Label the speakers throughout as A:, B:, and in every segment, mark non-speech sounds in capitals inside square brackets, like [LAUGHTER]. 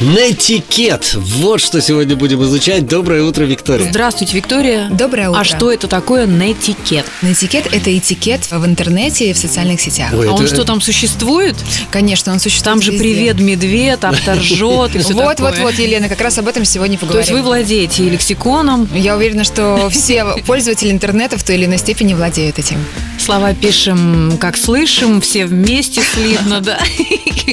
A: этикет. Вот что сегодня будем изучать. Доброе утро, Виктория.
B: Здравствуйте, Виктория.
C: Доброе утро.
B: А что это такое нетикет?
C: Нетикет – это этикет в интернете и в социальных сетях.
A: Ой,
B: а он
A: это-
B: что, там существует?
C: Конечно, он существует
B: Там же
C: везде.
B: привет, медведь,
A: [LAUGHS]
B: автор жжет и все
C: Вот, вот, вот, Елена, как раз об этом сегодня
B: То
C: поговорим. Ну,
B: есть вы владеете и лексиконом,
C: Я уверена, что все пользователи интернета в той или иной степени владеют этим.
B: слова пишем, как слышим, все вместе слитно, да? [LAUGHS]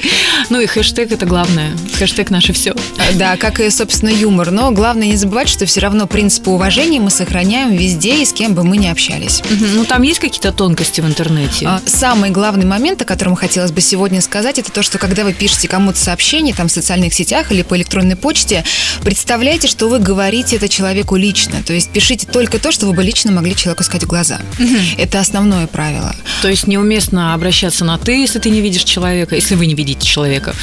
B: Ну и хэштег – это главное. Хэштег – наше все.
C: Да, как и, собственно, юмор. Но главное не забывать, что все равно принципы уважения мы сохраняем везде и с кем бы мы ни общались.
B: Ну там есть какие-то тонкости в интернете?
C: А, Самый главный момент, о котором хотелось бы сегодня сказать, это то, что когда вы пишете кому-то сообщение там в социальных сетях или по электронной почте, представляйте, что вы говорите это человеку лично. То есть пишите только то, что вы бы лично могли человеку сказать в глаза. Это основное правило.
B: То есть неуместно обращаться на «ты», если ты не видишь человека, если вы не видите человека.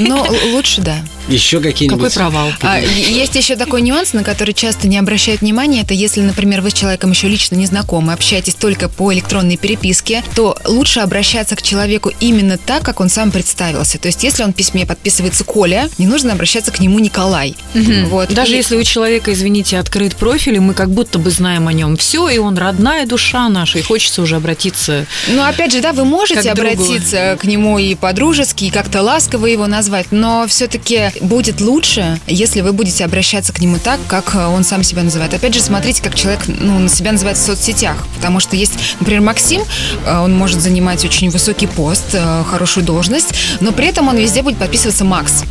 C: Но л- лучше да.
A: Еще какие-нибудь...
B: Какой провал?
C: А, е- есть еще такой нюанс, на который часто не обращают внимания. Это если, например, вы с человеком еще лично не знакомы, общаетесь только по электронной переписке, то лучше обращаться к человеку именно так, как он сам представился. То есть, если он в письме подписывается Коля, не нужно обращаться к нему Николай. Вот.
B: Даже
C: И-
B: если у человека, извините, открыт профиль, и мы как будто бы знаем о нем все, и он родная душа наша, и хочется уже обратиться.
C: Ну, опять же, да, вы можете
B: Как другу.
C: обратиться к нему и по-дружески, и как-то ласково его назвать, но все-таки будет лучше, если вы будете обращаться к нему так, как э, он сам себя называет. Опять же, смотрите, как человек ну, на себя называет в соцсетях, потому что есть, например, Максим, э, он может занимать очень высокий пост, э, хорошую должность, но при этом он везде будет подписываться Макс.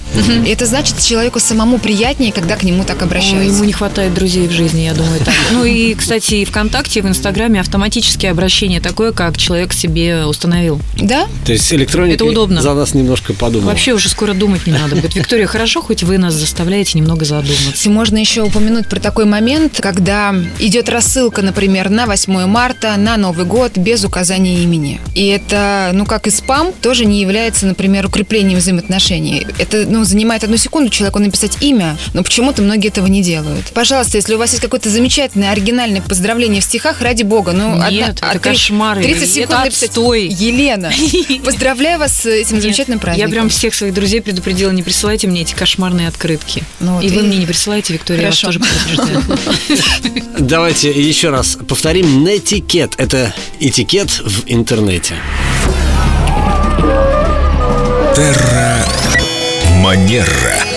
C: И это значит, человеку самому приятнее, когда к нему так
B: Ой,
C: обращаются.
B: Ему не хватает друзей в жизни, я думаю, так. Ну и, кстати, и ВКонтакте, и в Инстаграме автоматические обращения такое, как человек себе установил.
C: Да?
A: То есть электроника
B: Это удобно.
A: за нас немножко подумала.
B: Вообще уже скоро думать не надо. Говорит, Виктория, хорошо, хоть вы нас заставляете немного задуматься.
C: И можно еще упомянуть про такой момент, когда идет рассылка, например, на 8 марта, на Новый год без указания имени. И это, ну как и спам, тоже не является, например, укреплением взаимоотношений. Это, ну, занимает одну секунду человеку написать имя, но почему-то многие этого не делают. Пожалуйста, если у вас есть какое-то замечательное, оригинальное поздравление в стихах, ради бога, ну,
B: Нет, это
C: три-
B: кошмары.
C: 30
B: Это
C: секунд написать.
B: отстой. [LAUGHS]
C: Елена, поздравляю вас с этим замечательным
B: Я
C: праздником.
B: прям всех своих друзей предупредила, не присылайте мне эти кошмарные открытки.
C: Ну вот
B: и вы
C: видите.
B: мне не присылаете, Виктория, я вас
C: Хорошо.
B: тоже предупреждаю.
A: Давайте еще раз повторим. Нетикет – это этикет в интернете.
D: Манера.